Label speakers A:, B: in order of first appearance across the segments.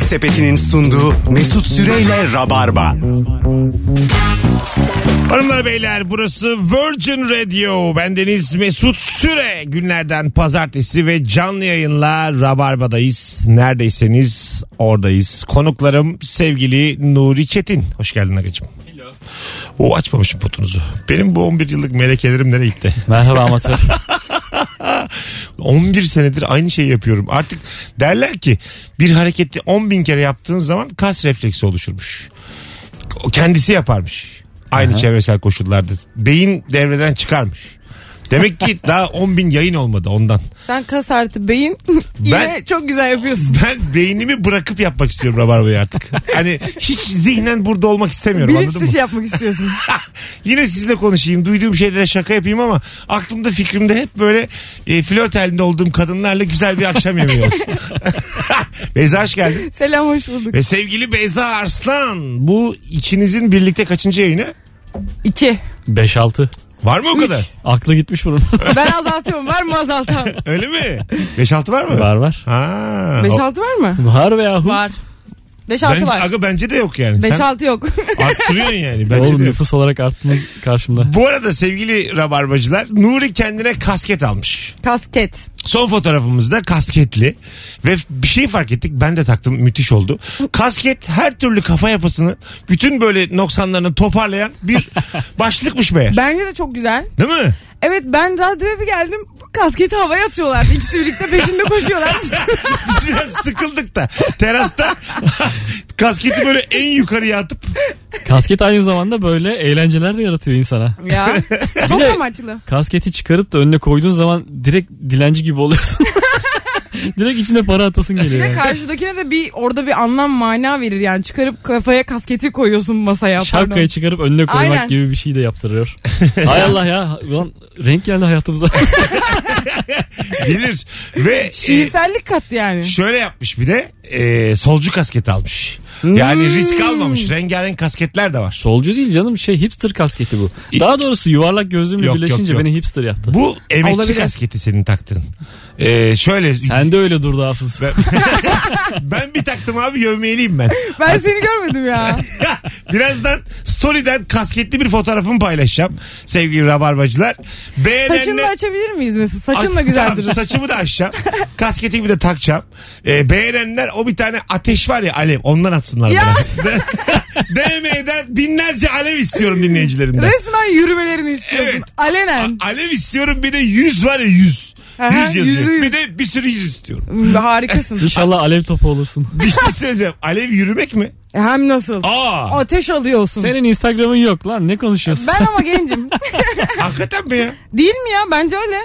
A: Sepeti'nin sunduğu Mesut Süreyle Rabarba.
B: Hanımlar beyler burası Virgin Radio. Bendeniz Mesut Süre. Günlerden pazartesi ve canlı yayınla Rabarba'dayız. Neredeyseniz oradayız. Konuklarım sevgili Nuri Çetin. Hoş geldin Agacım. O açmamışım potunuzu. Benim bu 11 yıllık melekelerim nereye gitti?
C: Merhaba amatör.
B: 11 senedir aynı şeyi yapıyorum. Artık derler ki bir hareketi 10 bin kere yaptığın zaman kas refleksi oluşurmuş. O kendisi yaparmış. Aynı çevresel koşullarda. Beyin devreden çıkarmış. Demek ki daha 10 bin yayın olmadı ondan.
D: Sen kas artı beyin yine
B: Ben-
D: çok güzel yapıyorsun.
B: Ben beynimi bırakıp yapmak istiyorum Rabarba'yı artık. Hani hiç zihnen burada olmak istemiyorum
D: Bilinç
B: anladın mı?
D: dışı yapmak istiyorsun.
B: Yine sizle konuşayım. Duyduğum şeylere şaka yapayım ama aklımda fikrimde hep böyle e, flört halinde olduğum kadınlarla güzel bir akşam yemeği olsun. Beyza hoş geldin.
D: Selam hoş bulduk.
B: Ve sevgili Beyza Arslan bu içinizin birlikte kaçıncı yayını?
D: İki.
C: 5-6.
B: Var mı o kadar?
C: Aklı gitmiş bunun.
D: Ben azaltıyorum. Var mı azaltan?
B: Öyle mi? 5-6 var mı?
C: var var.
B: Ha,
D: Beş
B: o-
D: altı var mı?
C: Var be yahu.
D: Var. Beş altı
B: bence,
D: var.
B: Aga bence de yok yani.
D: Beş
B: Sen
D: altı yok.
B: arttırıyorsun yani. Bence
C: Oğlum
B: de yok.
C: nüfus olarak artmaz karşımda.
B: Bu arada sevgili rabarbacılar Nuri kendine kasket almış.
D: Kasket.
B: Son fotoğrafımızda kasketli ve bir şey fark ettik ben de taktım müthiş oldu. Kasket her türlü kafa yapısını bütün böyle noksanlarını toparlayan bir başlıkmış be.
D: Bence de çok güzel.
B: Değil mi?
D: Evet ben radyoya bir geldim. bu Kasketi havaya atıyorlardı. İkisi birlikte peşinde koşuyorlar.
B: Biz biraz sıkıldık da terasta kasketi böyle en yukarıya atıp
C: Kasket aynı zamanda böyle eğlenceler de yaratıyor insana.
D: ya. Çok
C: de-
D: amaçlı.
C: Kasketi çıkarıp da önüne koyduğun zaman direkt dilenci gibi oluyorsun. direkt içine para atasın
D: Bir
C: geliyor.
D: de
C: yani.
D: karşıdakine de bir orada bir anlam mana verir yani. Çıkarıp kafaya kasketi koyuyorsun masaya.
C: Şapkayı
D: Pardon.
C: çıkarıp önüne koymak
D: Aynen.
C: gibi bir şey de yaptırıyor. Hay Allah ya. Ulan renk geldi hayatımıza.
B: gelir ve e,
D: Şiirsellik kattı yani.
B: şöyle yapmış bir de e, solcu kasket almış. Yani risk almamış. Rengarenk kasketler de var.
C: Solcu değil canım şey hipster kasketi bu. Daha doğrusu yuvarlak gözlüğümle
B: Yok, yok,
C: birleşince
B: yok.
C: beni hipster yaptı.
B: Bu emekçi
D: Olabilir.
B: kasketi senin taktığın. E, şöyle
C: Sen de öyle durdu hafız.
B: ben, ben bir taktım abi gövmeyliyim ben.
D: Ben seni görmedim ya.
B: Birazdan story'den kasketli bir fotoğrafımı paylaşacağım sevgili rabarbacılar. Beğenenler...
D: Saçını da açabilir miyiz Mesut? Saçın da
B: Ay,
D: güzel
B: tamam,
D: durur.
B: Saçımı da açacağım. Kasketimi de takacağım. Ee, beğenenler o bir tane ateş var ya alev ondan atsınlar
D: Ya.
B: bana. DM'den binlerce alev istiyorum dinleyicilerimden.
D: Resmen yürümelerini istiyorsun.
B: Evet.
D: Alenen.
B: A- alev istiyorum bir de yüz var ya yüz.
D: Aha,
B: Yüz yazıyor.
D: yüzü yüz.
B: Bir de bir sürü yüz istiyorum.
D: Hmm, Harikasın.
C: İnşallah alev topu olursun.
B: Bir şey söyleyeceğim. Alev yürümek mi?
D: E, Hem nasıl?
B: Aa.
D: Ateş alıyorsun.
C: Senin Instagram'ın yok lan ne konuşuyorsun?
D: Ben ama gencim.
B: hakikaten mi ya?
D: Değil mi ya? Bence öyle.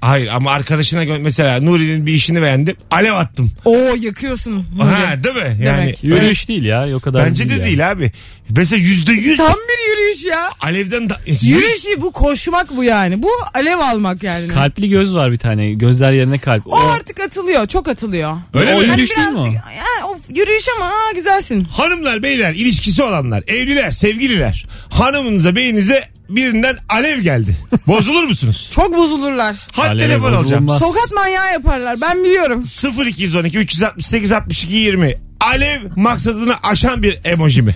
B: Hayır ama arkadaşına gö- mesela Nuri'nin bir işini beğendim. Alev attım.
D: Oo yakıyorsun.
B: Ha, değil mi? Yani
D: Demek.
C: Yürüyüş değil ya o kadar.
B: bence de
C: yani.
B: değil abi. Mesela yüzde yüz
D: Tam bir yürüyüş ya.
B: alevden da...
D: Yürüyüş değil, bu koşmak bu yani. Bu alev almak yani.
C: Kalpli göz var bir tane. Gözler yerine kalp.
D: o artık atılıyor. Çok atılıyor.
B: Öyle
C: o
B: mi?
C: yürüyüş
D: Hani
C: değil mi
D: biraz- Yani of, yürüyüş ama aa, güzelsin.
B: Hanımlar beyler ilişkisi olanlar evliler sevgililer hanımınıza beyinize birinden alev geldi. Bozulur musunuz?
D: Çok bozulurlar.
B: Hat
C: Aleve
B: telefon alacağım.
C: bozulmaz.
D: Tokat manyağı yaparlar. Ben biliyorum.
B: 0212 368 62 20 alev maksadını aşan bir emoji mi?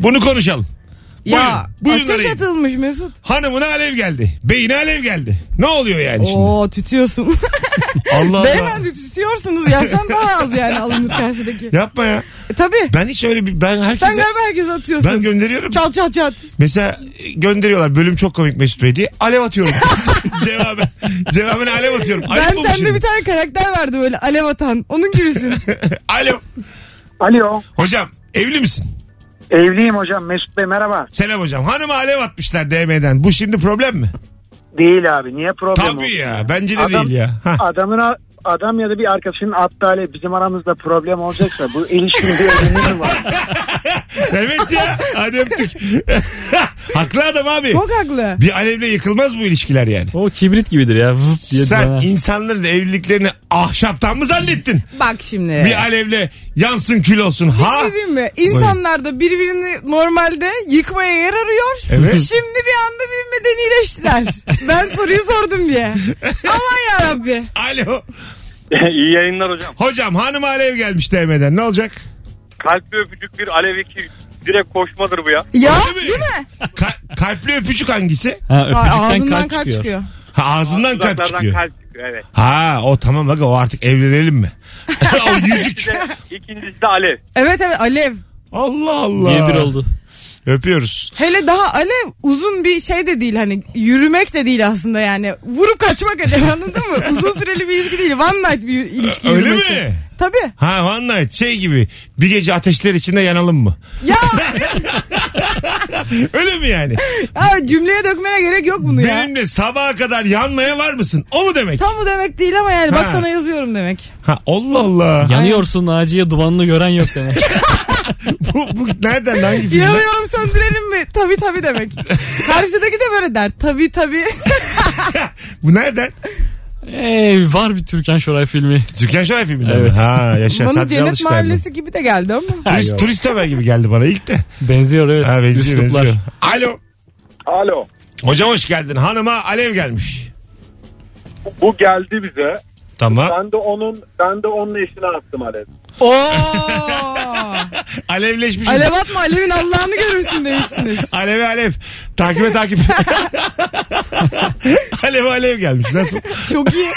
B: Bunu konuşalım.
D: Ya
B: Buyurun, buyurun
D: ateş
B: arayın.
D: atılmış Mesut.
B: Hanımına alev geldi. Beyine alev geldi. Ne oluyor yani şimdi?
D: Oo tütüyorsun.
B: Allah
D: Beyefendi tütüyorsunuz ya sen daha az yani alınır karşıdaki.
B: Yapma ya.
D: E, tabii.
B: Ben hiç öyle bir ben herkese
D: Sen galiba herkes atıyorsun.
B: ben gönderiyorum.
D: Çal çal çal.
B: Mesela e, gönderiyorlar bölüm çok komik Mesut Bey diye. Alev atıyorum. Cevaben. Cevaben alev atıyorum. Ayıp mı bu
D: ben sende
B: şimdi?
D: bir tane karakter vardı böyle alev atan. Onun gibisin.
B: Alo.
E: Alo.
B: Hocam evli misin?
E: Evliyim hocam. Mesut Bey merhaba.
B: Selam hocam. Hanıma alev atmışlar DM'den. Bu şimdi problem mi?
E: Değil abi. Niye problem
B: Tabii
E: olsun?
B: ya. Bence de
E: Adam-
B: değil ya. Hah.
E: Adamın a- adam ya da bir arkadaşının attığı alev bizim aramızda problem olacaksa bu ilişkinin bir önemi mi var?
B: evet ya. Hadi öptük. Haklı adam abi.
D: Çok haklı.
B: Bir alevle yıkılmaz bu ilişkiler yani.
C: O kibrit gibidir ya. Vıp diye
B: Sen
C: döner.
B: insanların evliliklerini ahşaptan mı zannettin?
D: Bak şimdi.
B: Bir alevle yansın kül olsun.
D: Bir
B: Ha?
D: şey diyeyim mi? İnsanlar da birbirini normalde yıkmaya yer arıyor.
B: Evet.
D: Şimdi bir anda bir medenileştiler. ben soruyu sordum diye. Aman yarabbi.
B: Alo.
F: İyi yayınlar hocam.
B: Hocam hanıma alev gelmiş DM'den. Ne olacak?
F: kalpli öpücük bir alev iki direkt koşmadır bu ya.
D: Ya
B: Öyle mi? E,
D: değil mi?
B: Ka- kalpli öpücük hangisi?
C: Ha,
D: Aa,
C: öpücükten
D: ağzından
C: kalp, çıkıyor.
B: Ha, ağzından kalp
F: Uzaklardan
B: çıkıyor.
F: kalp çıkıyor evet.
B: Ha o tamam bak o artık evlenelim mi? o yüzük.
F: Bir de ikincisi de alev.
D: Evet evet alev.
B: Allah Allah.
C: Niye bir oldu?
B: Öpüyoruz.
D: Hele daha alev uzun bir şey de değil hani yürümek de değil aslında yani. Vurup kaçmak alev anladın mı? Uzun süreli bir ilişki değil. One night bir ilişki
B: Öyle
D: yürümesi.
B: mi?
D: Tabii.
B: Ha one night şey gibi bir gece ateşler içinde yanalım mı?
D: Ya,
B: Öyle mi yani?
D: ya cümleye dökmene gerek yok bunu ya.
B: Benimle sabaha kadar yanmaya var mısın? O mu demek?
D: Tam bu demek değil ama yani bak
B: Ha.
D: sana yazıyorum demek.
B: Ha Allah Allah.
C: Yanıyorsun Naciye dumanını gören yok demek.
B: bu, bu nereden hangi filmden?
D: Yanıyorum söndürelim mi? Tabii tabii demek. Karşıdaki de böyle der. Tabii tabii.
B: Bu nereden?
C: Ey, var bir Türkan Şoray filmi.
B: Türkan Şoray filminden
C: Evet.
B: mi? Ha yaşa.
D: Bana
B: Sadri
D: cennet
B: Alıştay mı?
D: mahallesi gibi de geldi ama.
B: Turist,
C: Yok.
B: turist haber gibi geldi bana ilk de.
C: Benziyor evet.
B: Ha, benziyor,
C: Üsluplar.
B: benziyor. Alo.
F: Alo.
B: Hocam hoş geldin. Hanıma alev gelmiş.
F: Bu geldi bize.
B: Tamam.
F: Ben de onun ben de onun eşine attım alev.
D: Oo.
B: Alevleşmiş.
D: Alev atma alevin Allah'ını görürsün demişsiniz.
B: Alev alev. Takibe takip. alev alev gelmiş. Nasıl?
D: Çok iyi.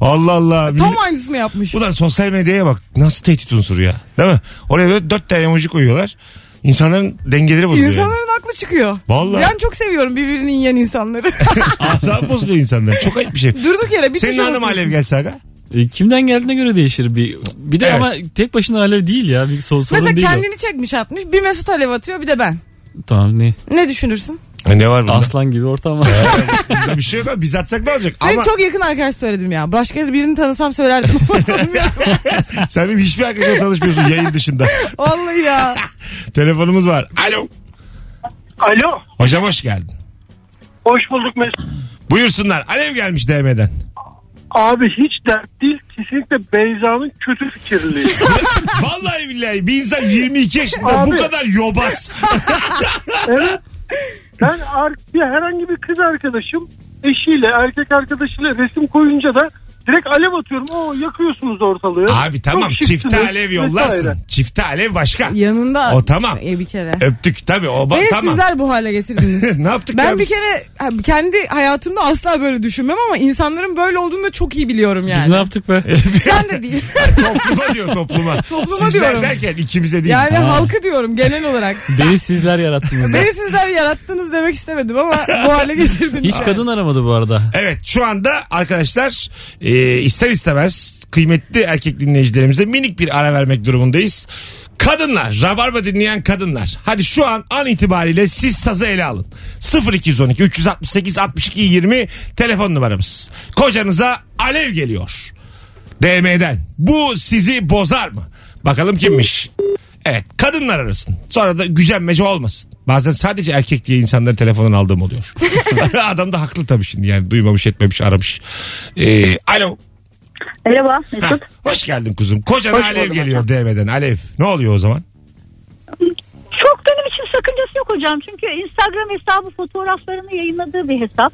B: Allah Allah.
D: Tam aynısını yapmış.
B: Ulan sosyal medyaya bak. Nasıl tehdit unsuru ya. Değil mi? Oraya böyle dört tane emoji koyuyorlar. İnsanların dengeleri bozuluyor. Yani.
D: İnsanların aklı çıkıyor.
B: Vallahi.
D: Ben çok seviyorum birbirini yiyen insanları.
B: Asabı bozuluyor insanlar. Çok ayıp bir şey.
D: Durduk yere bir
B: Senin
D: tuşa
B: hanım
D: basıyorsun.
B: alev gelse aga.
C: E, kimden geldiğine göre değişir bir. Bir de
B: Evet.
C: ama tek başına alev değil ya. Bir so- sorun
D: Mesela
C: değil o.
D: kendini çekmiş atmış. Bir Mesut alev atıyor bir de ben.
C: Tamam ne?
D: Ne düşünürsün?
B: E, ne var bunda?
C: Aslan gibi ortam var.
B: Bizde bir şey yok. abi. Biz atsak ne olacak?
D: Senin
B: Ama
D: çok yakın arkadaş söyledim ya. Başka birini tanısam söylerdim.
B: sen benim hiçbir arkadaşla tanışmıyorsun yayın dışında.
D: Vallahi ya.
B: Telefonumuz var. Alo.
E: Alo.
B: Hocam hoş geldin.
E: Hoş bulduk Mesut.
B: Buyursunlar. Alev gelmiş DM'den.
E: Abi hiç dert değil. Kesinlikle Beyza'nın kötü fikirliği.
B: Vallahi billahi bir insan 22 yaşında bu
E: Abi.
B: kadar yobaz.
E: Evet. Ben ar- bir herhangi bir kız arkadaşım eşiyle erkek arkadaşıyla resim koyunca da direkt alev atıyorum. Oo yakıyorsunuz ortalığı.
B: Abi tamam
E: Çok şıksınız
B: çifte alev yollarsın.
E: vesaire.
B: Çifte alev başka.
D: Yanında.
B: O tamam.
D: E, bir kere.
B: Öptük tabii o ba-
D: Beni
B: tamam.
D: sizler bu hale getirdiniz.
B: ne yaptık ya
D: Ben bir
B: biz?
D: kere ha, kendi hayatımda asla böyle düşünmem ama insanların böyle olduğunu da çok iyi biliyorum
C: Biz ne
D: yani.
C: yaptık be?
D: Sen de değil.
B: topluma diyor topluma.
D: Topluma
B: Sizler
D: diyorum.
B: derken ikimize değil.
D: Yani halkı diyorum genel olarak.
C: Beni sizler yarattınız. ya.
D: Beni sizler yarattınız demek istemedim ama bu hale getirdiniz.
C: Hiç kadın aramadı bu arada.
B: Evet şu anda arkadaşlar e, ister istemez kıymetli erkek dinleyicilerimize minik bir ara vermek durumundayız. Kadınlar, Rabarba dinleyen kadınlar. Hadi şu an an itibariyle siz sazı ele alın. 0212 368 62 20 telefon numaramız. Kocanıza alev geliyor. DM'den. Bu sizi bozar mı? Bakalım kimmiş? Evet kadınlar arasın. Sonra da gücenmece olmasın. Bazen sadece erkek diye insanları telefondan aldığım oluyor. Adam da haklı tabii şimdi yani duymamış etmemiş aramış. Ee, alo.
G: Merhaba
B: Hah,
G: Mesut.
B: hoş geldin kuzum. Kocana
G: Hoş
B: alev
G: buldum
B: geliyor DM'den alev. Ne oluyor o zaman?
G: Çok benim için sakıncası yok hocam. Çünkü Instagram hesabı fotoğraflarını yayınladığı bir hesap.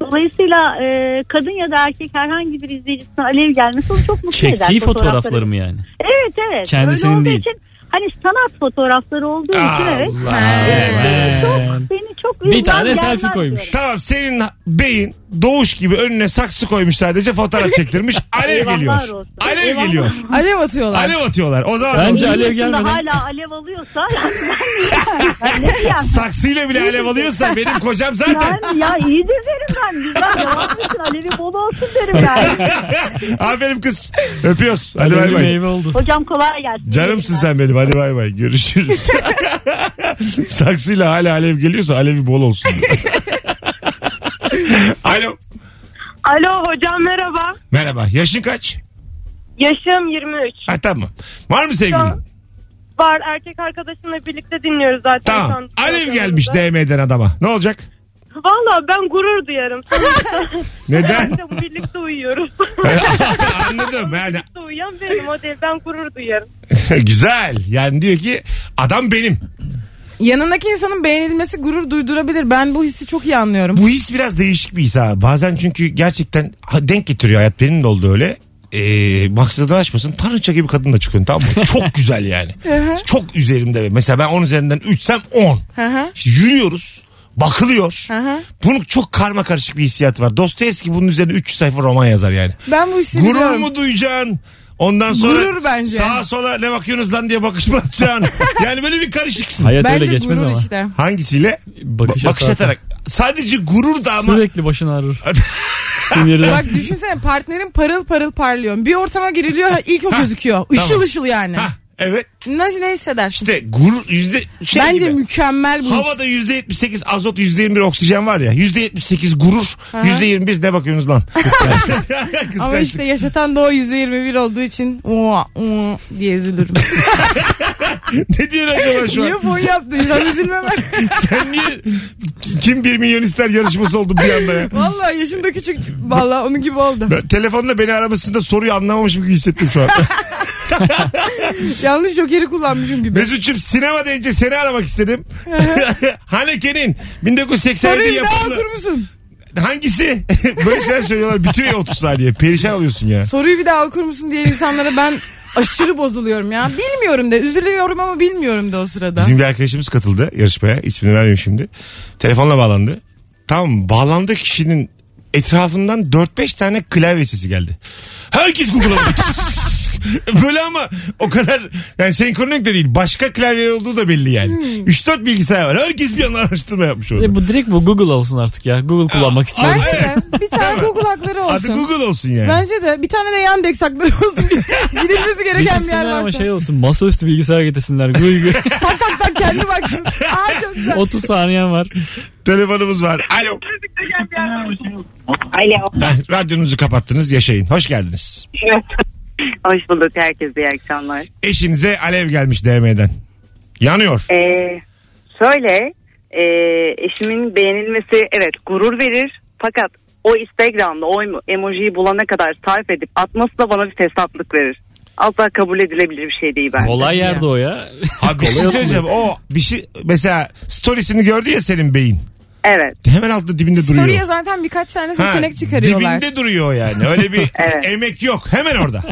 G: Dolayısıyla e, kadın ya da erkek herhangi bir izleyicisine alev gelmesi onu çok mutlu eder.
C: Çektiği fotoğrafları
G: fotoğrafları.
C: mı yani?
G: Evet evet.
C: Kendisinin
G: Öyle olduğu
C: değil.
G: Için, hani sanat fotoğrafları olduğu için evet. Beni çok, beni çok
C: Bir
G: vicdan
C: tane selfie
G: gelmez
C: koymuş.
G: diyorum.
B: Tamam senin beyin doğuş gibi önüne saksı koymuş sadece fotoğraf çektirmiş. Alev
G: Eyvahlar
B: geliyor.
G: olsun.
B: Alev
G: Eyvahlar
B: geliyor.
D: Alev atıyorlar.
B: Alev atıyorlar. O zaman
C: Bence
G: Bunun
C: alev
G: dışında
C: gelmeden
G: Hala alev alıyorsa ben ne diyeyim?
B: saksıyla bile alev alıyorsa benim kocam zaten.
G: Yani ya iyidir derim ben. Güzel devam etsin. Alevi bol olsun derim ben.
B: Aferin kız. Öpüyoruz. Hadi
C: Böyle
B: bay
C: bir
B: bay.
C: meyve oldu.
G: Hocam kolay gelsin.
B: Canımsın sen benim. Hadi bay bay. Görüşürüz. Saksıyla hala alev geliyorsa alevi bol olsun. Alo.
H: Alo hocam merhaba.
B: Merhaba. Yaşın kaç?
H: Yaşım 23.
B: Ha tamam. Var mı sevgilin?
H: Yok. Var erkek arkadaşımla birlikte dinliyoruz zaten. şu
B: Tamam.
H: an
B: Alev
H: programımızı.
B: gelmiş DM'den adama. Ne olacak?
H: Valla ben gurur duyarım. Sonuçta
B: Neden?
H: de birlikte uyuyoruz.
B: Anladım. Yani
H: birlikte uyuyan benim o değil. Ben gurur duyarım.
B: güzel. Yani diyor ki adam benim.
D: Yanındaki insanın beğenilmesi gurur duydurabilir. Ben bu hissi çok iyi anlıyorum.
B: Bu his biraz değişik bir his ha. Bazen çünkü gerçekten ha- denk getiriyor hayat. Benim de oldu öyle. e, maksadan aşmasın tanrıça gibi kadın da çıkıyorsun tamam mı? Çok güzel yani. Çok üzerimde. Mesela ben 10 üzerinden 3'sem 10.
D: Hı hı.
B: İşte yürüyoruz. Bakılıyor.
D: Hı hı.
B: Bunun çok karma karışık bir hissiyatı var. Dostoyevski bunun üzerine 300 sayfa roman yazar yani.
D: Ben bu işi
B: Gurur
D: biliyorum.
B: mu duyacaksın? Ondan sonra
D: Gurur bence.
B: sağa sola ne bakıyorsunuz lan diye bakış mı atacaksın? yani böyle bir karışıksın.
C: Hayat
D: Bence şey.
C: öyle geçmez
D: gurur
C: ama.
D: işte.
B: Hangisiyle?
C: Bakış,
B: Bakış atarak. Sadece gurur da ama
C: Sürekli başın ağrır. Sinirden.
D: Bak düşünsene partnerin parıl parıl parlıyor. Bir ortama giriliyor ilk o gözüküyor. Işıl
B: tamam.
D: ışıl yani.
B: Hah, evet
D: Nasıl ne hissedersin?
B: işte gurur yüzde şey
D: Bence
B: gibi.
D: mükemmel bu.
B: Havada yüzde yetmiş sekiz azot yüzde yirmi bir oksijen var ya. Yüzde yetmiş sekiz gurur. Yüzde yirmi bir ne bakıyorsunuz lan? Kıskançlık.
D: Ama işte yaşatan da o %21 olduğu için "Oo, oo" diye üzülürüm.
B: ne diyor acaba şu an?
D: Niye fon yaptın? Sen üzülme ben.
B: Sen niye kim bir milyon ister yarışması oldu bir anda ya?
D: Valla yaşım da küçük. Valla onun gibi oldu.
B: Ben telefonla beni aramasında soruyu anlamamışım gibi hissettim şu an.
D: Yanlış jokeri kullanmışım gibi.
B: Mesut'cum sinema deyince seni aramak istedim. Haneke'nin 1987
D: Soruyu daha
B: yapımı.
D: okur musun?
B: Hangisi? Böyle şeyler söylüyorlar. Bitiyor ya 30 saniye. Perişan oluyorsun ya.
D: Soruyu bir daha okur musun diye insanlara ben aşırı bozuluyorum ya. Bilmiyorum de üzülüyorum ama bilmiyorum da o sırada.
B: Bizim bir arkadaşımız katıldı yarışmaya. İsmini vermeyeyim şimdi. Telefonla bağlandı. Tam bağlandığı kişinin etrafından 4-5 tane klavye sesi geldi. Herkes Google'a bakıyor. Böyle ama o kadar yani senkronik de değil. Başka klavye olduğu da belli yani. 3-4 bilgisayar var. Herkes bir yandan araştırma yapmış orada.
C: Hmm. E bu direkt bu Google olsun artık ya. Google kullanmak istiyorum.
D: Bence de bir tane Google hakları
B: Adı
D: olsun.
B: Google olsun yani.
D: Bence de bir tane de Yandex hakları olsun. Gidilmesi gereken bir yer
C: Getirsinler
D: varsa.
C: ama şey olsun masaüstü bilgisayar getirsinler. Google
D: Tak tak tak kendi baksın. Aa çok güzel.
C: 30 saniyen var.
B: Telefonumuz var. Alo.
I: Alo.
B: Heh, Radyonuzu kapattınız. Yaşayın. Hoş geldiniz.
I: Hoş bulduk herkese iyi akşamlar.
B: Eşinize alev gelmiş DM'den. Yanıyor.
I: Ee, şöyle e, eşimin beğenilmesi evet gurur verir fakat o Instagram'da o emo- emojiyi bulana kadar sarf edip atması da bana bir fesatlık verir. Asla kabul edilebilir bir şey değil bence.
C: Kolay yerde o ya.
B: Abi bir şey söyleyeceğim. O bir şey mesela storiesini gördü ya senin beyin.
I: Evet.
B: Hemen altta dibinde
D: Story'e
B: duruyor.
D: zaten birkaç tane
B: Ha,
D: seçenek çıkarıyorlar.
B: Dibinde duruyor yani. Öyle bir
I: Evet.
B: emek yok. Hemen orada.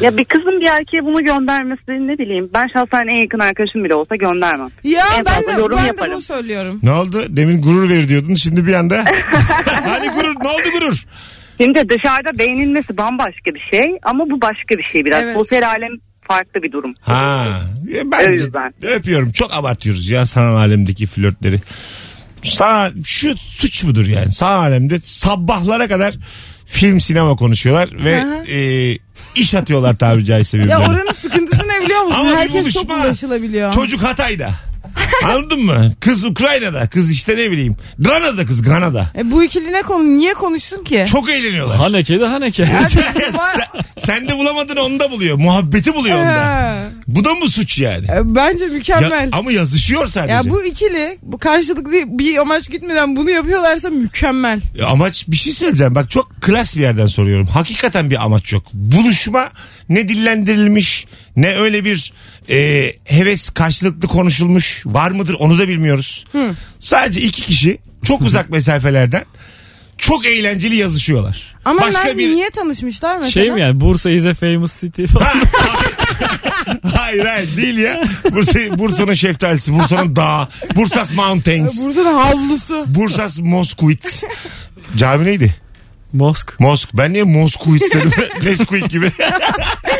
I: Ya bir kızın bir erkeğe bunu göndermesi ne bileyim ben şahsen en yakın arkadaşım bile olsa göndermem.
D: Ya
I: En
D: ben
I: fazla
D: de,
I: yorum
D: ben de
I: yaparım.
D: bunu söylüyorum.
B: Ne oldu? Demin gurur verir diyordun. Şimdi bir anda. hani gurur? Ne oldu gurur?
I: Şimdi dışarıda beğenilmesi bambaşka bir şey ama bu başka bir şey biraz.
D: Evet.
I: Sosyal alem farklı bir durum.
B: Ha. Ya Bence
I: Evet, ben.
B: öpüyorum. Çok abartıyoruz ya sanal alemdeki flörtleri. Sana şu suç mudur yani? Sanal alemde sabahlara kadar film sinema konuşuyorlar ve
D: Hı hı.
B: e, iş atıyorlar tabiri caizse
D: Ya
B: birbirlerine.
D: oranın sıkıntısı ne biliyor musun?
B: Ama bir
D: Herkes çok
B: buluşma.
D: ulaşılabiliyor.
B: Çocuk Hatay'da. Anladın mı? Kız Ukrayna'da. Kız işte ne bileyim. Granada kız Granada.
D: E, bu ikili ne konu? Niye konuşsun ki?
B: Çok eğleniyorlar.
C: Haneke de haneke.
B: sen, sen de bulamadığını onda buluyor. Muhabbeti buluyor onda.
D: Ha.
B: Bu da mı suç yani?
D: Ee, E, Bence
B: Ya-
D: mükemmel. Ya,
B: ama yazışıyor sadece.
D: bu ikili bu karşılıklı bir amaç gitmeden bunu yapıyorlarsa mükemmel.
B: Ya Amaç bir şey söyleyeceğim. Bak çok klas bir yerden soruyorum. Hakikaten bir amaç yok. Buluşma ne dillendirilmiş ne öyle bir e, heves karşılıklı konuşulmuş var mıdır onu da bilmiyoruz. Sadece iki kişi çok uzak mesafelerden çok eğlenceli yazışıyorlar.
D: Ama
B: Başka
D: ben
B: bir
D: niye tanışmışlar mesela?
C: şey mi yani Bursa is a famous city falan.
B: hayır hayır değil ya. Bursa, Bursa'nın şeftalisi, Bursa'nın dağı, Bursas Mountains,
D: Burada da havlusu.
B: Bursas Moskuit. Cami neydi?
C: Mosk.
B: Mosk. Ben niye Moskuit dedim? Nesquik gibi.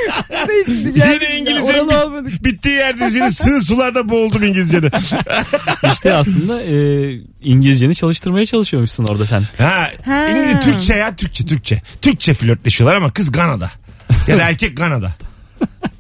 B: Yine
D: Oralı olmadık.
B: İngilizce'nin bittiği yerdeyiz. Yine sığ sularda boğuldum İngilizce'de.
C: İşte aslında e, İngilizceni çalıştırmaya çalışıyormuşsun orada sen.
B: Ha,
D: Ha.
B: İngilizce Türkçe ya Türkçe Türkçe. Türkçe flörtleşiyorlar ama kız Gana'da. Ya da erkek Gana'da.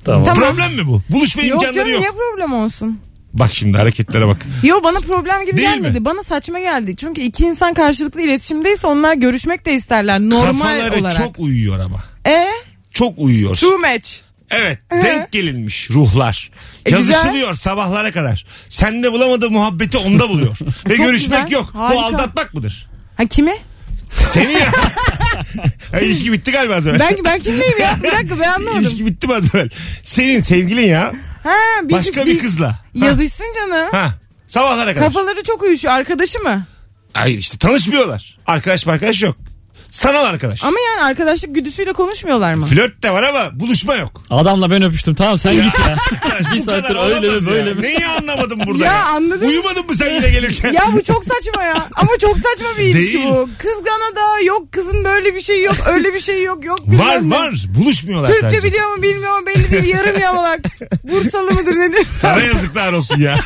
C: Tamam.
D: Tamam.
B: Problem mi bu? Buluşma
D: Yok
B: imkanları
D: canım
B: yok.
D: niye problem olsun?
B: Bak şimdi hareketlere bak.
D: Yo bana problem gibi
B: Değil
D: gelmedi. Bana saçma geldi. Çünkü iki insan karşılıklı iletişimdeyse onlar görüşmek de isterler normal
B: Kafaları
D: olarak.
B: çok uyuyor ama.
D: E
B: Çok uyuyor.
D: true match.
B: Evet denk gelinmiş ruhlar.
D: E,
B: Yazışılıyor sabahlara kadar. Sende bulamadığı muhabbeti onda buluyor. Ve
D: Çok
B: görüşmek
D: güzel.
B: yok. Bu
D: Harika.
B: aldatmak mıdır?
D: Ha kimi?
B: Seni ya. ya ilişki bitti galiba az evvel.
D: Ben ben kimleyim ya? Bir dakika ben anlamadım.
B: İlişki bitti mi az evvel? Senin sevgilin ya.
D: Ha, bir,
B: Başka bir kızla.
D: Yazışsın canım.
B: Ha. Sabahlara kadar.
D: Kafaları çok uyuşuyor. Arkadaşı mı?
B: Hayır işte tanışmıyorlar. Arkadaş arkadaş yok. Sanal arkadaş.
D: Ama yani arkadaşlık güdüsüyle konuşmuyorlar mı?
B: Flört de var ama buluşma yok.
C: Adamla ben öpüştüm tamam sen git ya.
B: Arkadaş,
C: Bir
B: bu kadar
C: saattir öyle mi,
B: olamaz
C: böyle
B: ya.
C: mi?
B: Neyi anlamadım burada?
D: Ya, anladım.
B: Uyumadın mı sen yine gelirken?
D: Ya bu çok saçma ya. Ama çok saçma bir ilişki
B: Değil.
D: bu. Kızgana da yok, kızın böyle bir şey yok, öyle bir şey yok, yok. bilmem
B: var
D: ne.
B: var. Buluşmuyorlar
D: Türkçe
B: sadece.
D: biliyor mu bilmiyor mu belli değil. Yarım yamalak. Bursalı mıdır nedir?
B: Sana yazıklar olsun ya.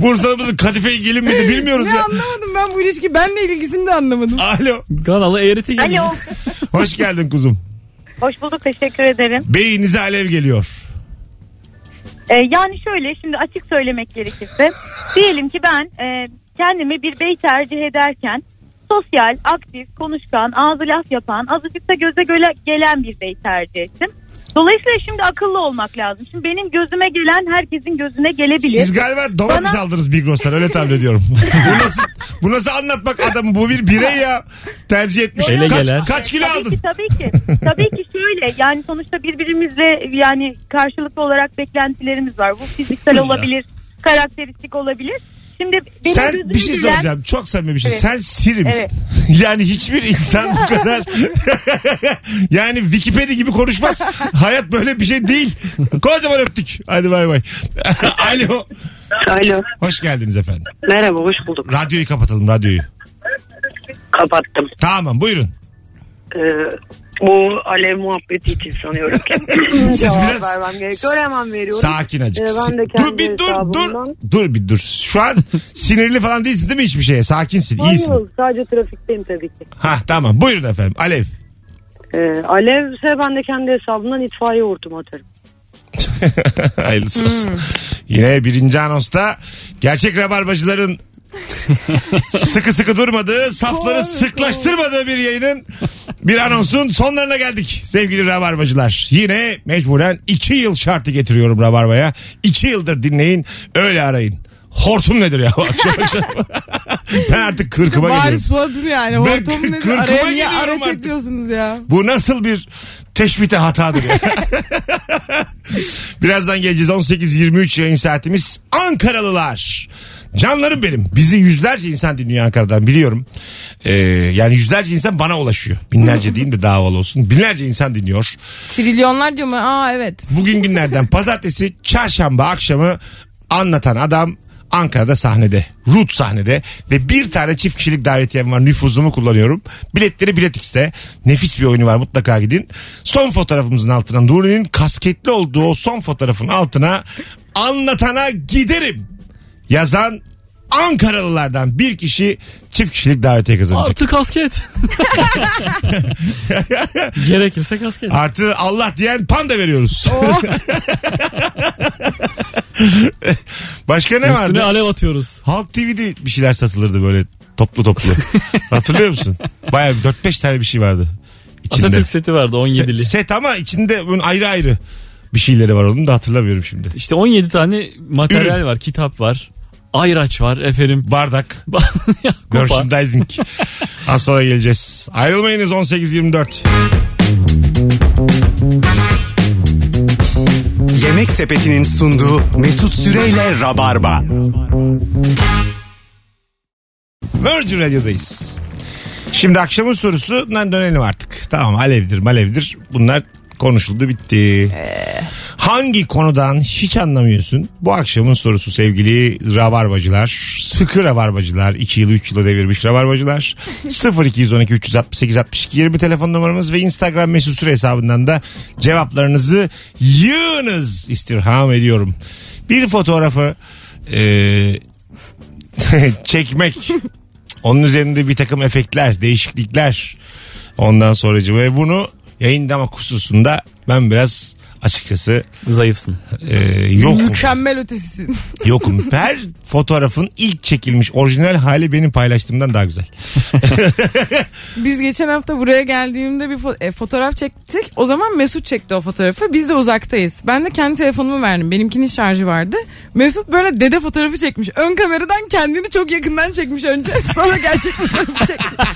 B: Bursa'da mıdır kadifeyi gelin miydi bilmiyoruz
D: Ne
B: ya.
D: anlamadım ben bu ilişki benle ilgisini de anlamadım.
B: Alo.
C: Ganalı eğreti geliyor.
G: Alo.
B: Hoş geldin kuzum.
G: Hoş bulduk teşekkür ederim.
B: Beyinize alev geliyor.
G: Ee, yani şöyle şimdi açık söylemek gerekirse diyelim ki ben e, kendimi bir bey tercih ederken sosyal, aktif, konuşkan, ağzı laf yapan, azıcık da göze göle gelen bir bey tercih ettim. Dolayısıyla şimdi akıllı olmak lazım. Şimdi benim gözüme gelen herkesin gözüne gelebilir.
B: Siz galiba domates
G: Bana-
B: aldınız Big Ross'tan öyle tahmin ediyorum. bu, nasıl, bu nasıl anlatmak adamı bu bir birey ya. Tercih etmiş.
C: Ele
B: kaç,
C: gelen.
B: kaç kilo
G: tabii
B: aldın?
G: ki tabii ki. tabii ki şöyle yani sonuçta birbirimizle yani karşılıklı olarak beklentilerimiz var. Bu fiziksel olabilir, karakteristik olabilir. Şimdi benim
B: Sen
G: gözüme
B: bir şey
G: giren-
B: soracağım. Çok samimi bir şey.
G: Evet.
B: Sen Siri misin?
G: Evet.
B: yani hiçbir insan bu kadar yani Wikipedia gibi konuşmaz. Hayat böyle bir şey değil. Kocaman öptük. Hadi bay bay. Alo.
I: Alo.
B: Hoş geldiniz efendim.
I: Merhaba hoş bulduk.
B: Radyoyu kapatalım radyoyu.
I: Kapattım.
B: Tamam buyurun.
I: Ee, bu alev muhabbeti için sanıyorum ki.
B: Siz biraz
I: vermem gerekiyor hemen veriyorum.
B: sakin acık.
I: Ee, ben de
B: dur
I: kendi
B: bir dur dur.
I: hesabımdan-
B: Dur bir dur. Şu an sinirli falan değilsin değil mi hiçbir şeye? Sakinsin, iyisin.
I: Hayır, sadece trafikteyim tabii ki.
B: Ha tamam. Buyurun efendim. Alev.
I: Ee, alevse ben de kendi hesabımdan itfaiye hortumu atarım.
B: Hayırlısı olsun. Yine birinci anonsta gerçek rabarbacıların sıkı sıkı durmadığı, safları sıklaştırmadığı bir yayının bir anonsun sonlarına geldik sevgili rabarbacılar. Yine mecburen iki yıl şartı getiriyorum rabarbaya. İki yıldır dinleyin öyle arayın. Hortum nedir ya? Akşam akşam. ben artık kırkıma
D: Bari
B: geliyorum.
D: suadın yani.
B: Ben
D: Hortum
B: kı-
D: nedir?
B: kırkıma
D: Araya niye
B: gidiyorum
D: ara
B: artık.
D: çekiyorsunuz ya?
B: Bu nasıl bir teşbite hatadır ya? Birazdan geleceğiz 18.23 yayın saatimiz. Ankaralılar. Canlarım benim. Bizi yüzlerce insan dinliyor Ankara'dan biliyorum. Ee, yani yüzlerce insan bana ulaşıyor. Binlerce değil de daha havalı olsun. Binlerce insan dinliyor.
D: Trilyonlarca mı? Aa evet.
B: Bugün günlerden pazartesi çarşamba akşamı anlatan adam Ankara'da sahnede. Root sahnede. Ve bir tane çift kişilik davetiyem var. Nüfuzumu kullanıyorum. Biletleri Bilet X'te. Nefis bir oyunu var mutlaka gidin. Son fotoğrafımızın altına Nuri'nin kasketli olduğu o son fotoğrafın altına anlatana giderim yazan Ankaralılardan bir kişi çift kişilik davetiye kazanacak.
C: Artı kasket. Gerekirse kasket.
B: Artı Allah diyen panda veriyoruz.
C: Oh.
B: Başka ne
C: Üstüne
B: vardı?
C: alev atıyoruz.
B: Halk TV'de bir şeyler satılırdı böyle toplu toplu. Hatırlıyor musun? Bayağı bir 4-5 tane bir şey vardı. İçinde.
C: Atatürk seti vardı
B: Se-
C: 17'li.
B: set ama içinde bunun ayrı ayrı bir şeyleri var onun da hatırlamıyorum şimdi.
C: İşte 17 tane materyal var. Kitap var. Ayraç var efendim.
B: Bardak,
C: Ya, Kupa.
B: merchandising. Az sonra geleceğiz. Ayrılmayınız 18-24.
A: Yemek Sepeti'nin sunduğu Mesut Süreyle Rabarba.
B: Virgin Radio'dayız. Şimdi akşamın sorusundan dönelim artık. Tamam alevdir malevdir. Bunlar konuşuldu bitti. Hangi konudan hiç anlamıyorsun? Bu akşamın sorusu sevgili rabarbacılar. Sıkı rabarbacılar. 2 yılı 3 yıla devirmiş rabarbacılar. 0212 368 62 20 telefon numaramız ve Instagram mesut süre hesabından da cevaplarınızı yığınız istirham ediyorum. Bir fotoğrafı e, çekmek. Onun üzerinde bir takım efektler, değişiklikler. Ondan sonracı ve bunu yayınlama kususunda ben biraz açıkçası
C: Zayıfsın.
B: e, yokum.
D: Mükemmel ötesisin.
B: yokum. Her fotoğrafın ilk çekilmiş orijinal hali benim paylaştığımdan daha güzel.
D: Biz geçen hafta buraya geldiğimde bir fo- e, fotoğraf çektik. O zaman Mesut çekti o fotoğrafı. Biz de uzaktayız. Ben de kendi telefonumu verdim. Benimkinin şarjı vardı. Mesut böyle dede fotoğrafı çekmiş. Ön kameradan kendini çok yakından çekmiş önce. Sonra gerçek fotoğrafı çekmiş.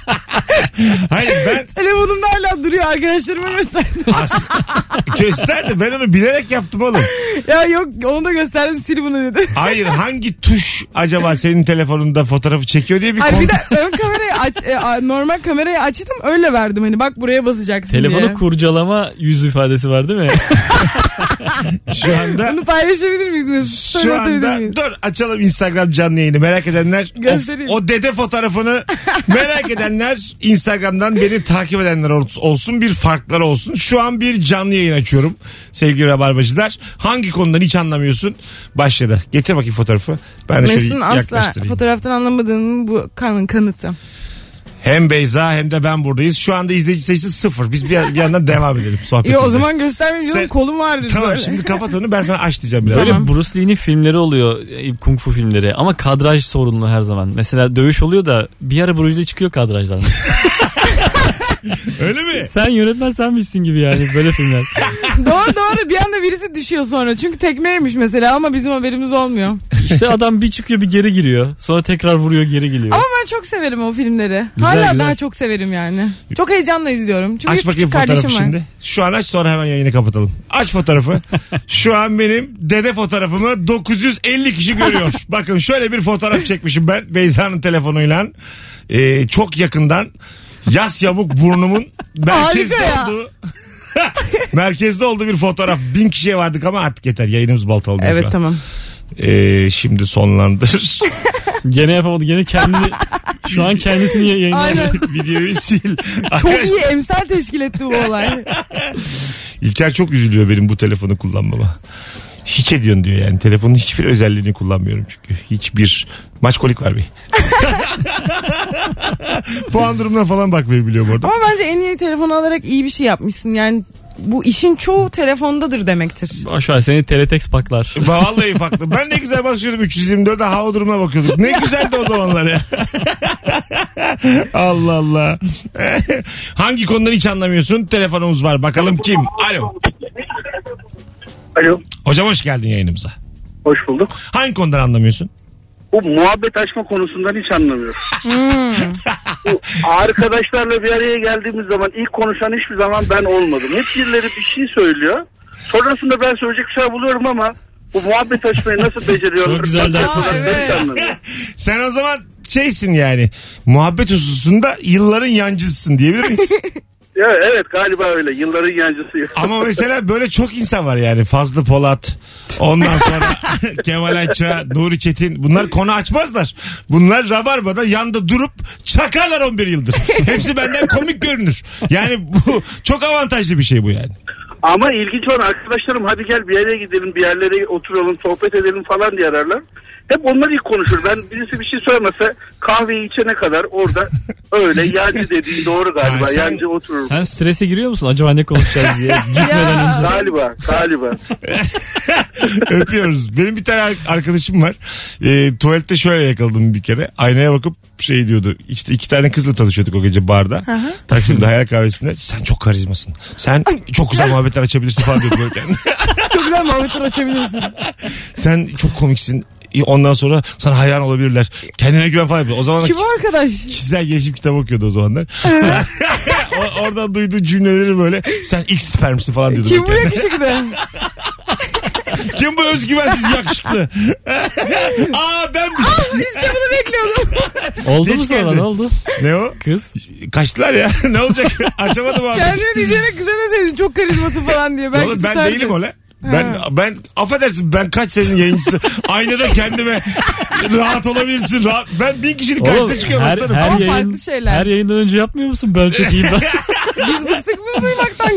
B: Hayır ben
D: Telefonumda hala duruyor arkadaşlarıma mesela.
B: as- gösterdim. Ben onu bilerek yaptım oğlum.
D: ya yok onu da gösterdim sil bunu dedi.
B: Hayır hangi tuş acaba senin telefonunda fotoğrafı çekiyor diye bir
D: Ay
B: konu.
D: bir de ön kamerayı aç- e, a- normal kamerayı açtım öyle verdim hani bak buraya basacaksın
C: Telefonu
D: diye.
C: kurcalama yüz ifadesi var değil mi?
B: Şu anda
D: Bunu paylaşabilir miyiz? Mesut?
B: şu
D: Sana atabilir
B: anda
D: miyiz?
B: dur açalım Instagram canlı yayını merak edenler
D: Göstereyim.
B: o, o dede fotoğrafını merak edenler Instagram'dan beni takip edenler ol- olsun bir farklar olsun. Şu an bir canlı yayın açıyorum sevgili rabarbacılar. Hangi konudan hiç anlamıyorsun başladı. Getir bakayım fotoğrafı. Ben de
D: Mesut'un
B: şöyle
D: asla
B: yaklaştırayım.
D: fotoğraftan anlamadığının bu kanın kanıtı.
B: Hem Beyza hem de ben buradayız. Şu anda izleyici sayısı sıfır. Biz bir, bir yandan devam edelim sohbetimize.
D: İyi o zaman göstermeyeyim canım
B: Sen-
D: kolum vardır
B: Tamam
D: böyle.
B: şimdi kapat onu ben sana aç diyeceğim biraz.
C: Böyle
D: Tamam.
C: Bruce Lee'nin filmleri oluyor. e, Kung fu filmleri. Ama kadraj sorunlu her zaman. Mesela dövüş oluyor da bir ara Bruce Lee çıkıyor kadrajdan.
B: Öyle mi?
C: Sen yönetmen senmişsin gibi yani böyle filmler.
D: doğru doğru bir anda birisi düşüyor sonra. Çünkü tekmeymiş mesela ama bizim haberimiz olmuyor.
C: İşte adam bir çıkıyor bir geri giriyor. Sonra tekrar vuruyor geri geliyor.
D: Ama ben çok severim o filmleri.
C: Güzel,
D: Hala
C: güzel.
D: daha çok severim yani. Çok heyecanla izliyorum. Çünkü
B: Aç
D: küçük
B: bakayım fotoğrafı
D: kardeşim var.
B: şimdi. Şu an aç sonra hemen yayını kapatalım. Aç fotoğrafı. Şu an benim dede fotoğrafımı 950 kişi görüyor. Bakın şöyle bir fotoğraf çekmişim ben Beyza'nın telefonuyla. Ee, çok yakından yas yamuk burnumun merkezde
D: Harika ya.
B: olduğu... merkezde olduğu bir fotoğraf. Bin kişiye vardık ama artık yeter. Yayınımız baltalı.
D: Evet tamam.
B: Ee, şimdi sonlandır.
C: Gene yapamadı. Gene kendini şu an kendisini yay- yayınlıyor.
D: Aynen.
B: Videoyu sil.
D: Çok iyi emsal teşkil etti bu olay.
B: İlker çok üzülüyor benim bu telefonu kullanmama. Hiç ediyorsun diyor yani. Telefonun hiçbir özelliğini kullanmıyorum çünkü. Hiçbir. Maç kolik var bir. Puan durumuna falan bakmayı biliyorum orada.
D: Ama bence en iyi telefonu alarak iyi bir şey yapmışsın. Yani bu işin çoğu telefondadır demektir.
C: Şu an seni teletext paklar.
B: Vallahi farklı. Ben ne güzel basıyordum 324'e hava durumuna bakıyorduk. Ne güzeldi o zamanlar ya. Allah Allah. Hangi konudan hiç anlamıyorsun? Telefonumuz var. Bakalım kim? Alo.
F: Alo.
B: Hocam hoş geldin yayınımıza.
F: Hoş bulduk.
B: Hangi konudan anlamıyorsun?
F: Bu muhabbet açma konusundan hiç anlamıyorum. Bu arkadaşlarla bir araya geldiğimiz zaman ilk konuşan hiçbir zaman ben olmadım. Hep birileri bir şey söylüyor. Sonrasında ben söyleyecek bir şey buluyorum ama bu muhabbet açmayı nasıl beceriyorlar?
C: Çok güzel dert
F: Nasıl
D: hocam.
F: yapıyorlar? Ben hiç
D: Evet.
F: anlamıyorum.
B: Sen o zaman şeysin yani. Muhabbet hususunda yılların yancısısın diyebilir miyiz?
F: Evet, evet galiba öyle. Yılların yancısıyım.
B: Ama mesela böyle çok insan var yani. Fazlı Polat, ondan sonra Kemal Ayça, Nuri Çetin. Bunlar konu açmazlar. Bunlar Rabarba'da yanda durup çakarlar 11 yıldır. Hepsi benden komik görünür. Yani bu çok avantajlı bir şey bu yani.
F: Ama ilginç olan arkadaşlarım hadi gel bir yere gidelim bir yerlere oturalım sohbet edelim falan diye ararlar. Hep onlar ilk konuşur. Ben birisi bir şey söylemese kahveyi içene kadar orada öyle yancı dediğin doğru
B: Ha,
F: galiba.
B: sen-
F: yancı oturur.
C: Sen strese giriyor musun? Acaba ne konuşacağız diye. Gitmeden önce.
F: Galiba, galiba.
B: Öpüyoruz. Benim bir tane arkadaşım var. E, tuvalette şöyle yakaladım bir kere. Aynaya bakıp şey diyordu. İşte iki tane kızla tanışıyorduk o gece barda. Taksim'de hayal kahvesinde. Sen çok karizmasın. Sen çok güzel muhabbetler açabilirsin falan diyordu böyle kendine.
D: Çok güzel muhabbetler açabilirsin.
B: Sen çok komiksin. E, Ondan sonra sana hayran olabilirler. Kendine güven falan yapıyor. O zaman
D: Kim o arkadaş?
B: kişisel gelişim kitabı okuyordu o zamanlar. O- Oradan duyduğu cümleleri böyle sen ilk spermsin falan diyordu.
D: Kim
B: böyle
D: bu
B: kendine.
D: yakışıklı?
B: Kim bu özgüvensiz yakışıklı? Aa ben
D: İşte bunu bekliyordum.
C: Oldu mu
B: Geç
C: sonra
B: geldi.
C: ne oldu?
B: Ne o?
C: Kız.
B: Kaçtılar ya. ne olacak? Açamadım abi.
D: Kendime diyeceğine kıza deseydin çok karizması falan diye. Belki
B: Oğlum ben
D: tutardı.
B: değilim o lan. Ben, ben affedersin ben kaç senin yayıncısı aynada kendime rahat olabilirsin rahat. Ben bin kişilik
C: Oğlum,
B: karşıda çıkıyorum
C: her,
B: aslanım.
C: her,
D: Ama
C: yayın,
D: farklı şeyler.
C: her yayından önce yapmıyor musun? Ben çok iyiyim ben.
D: Biz bıktık mı duymaktan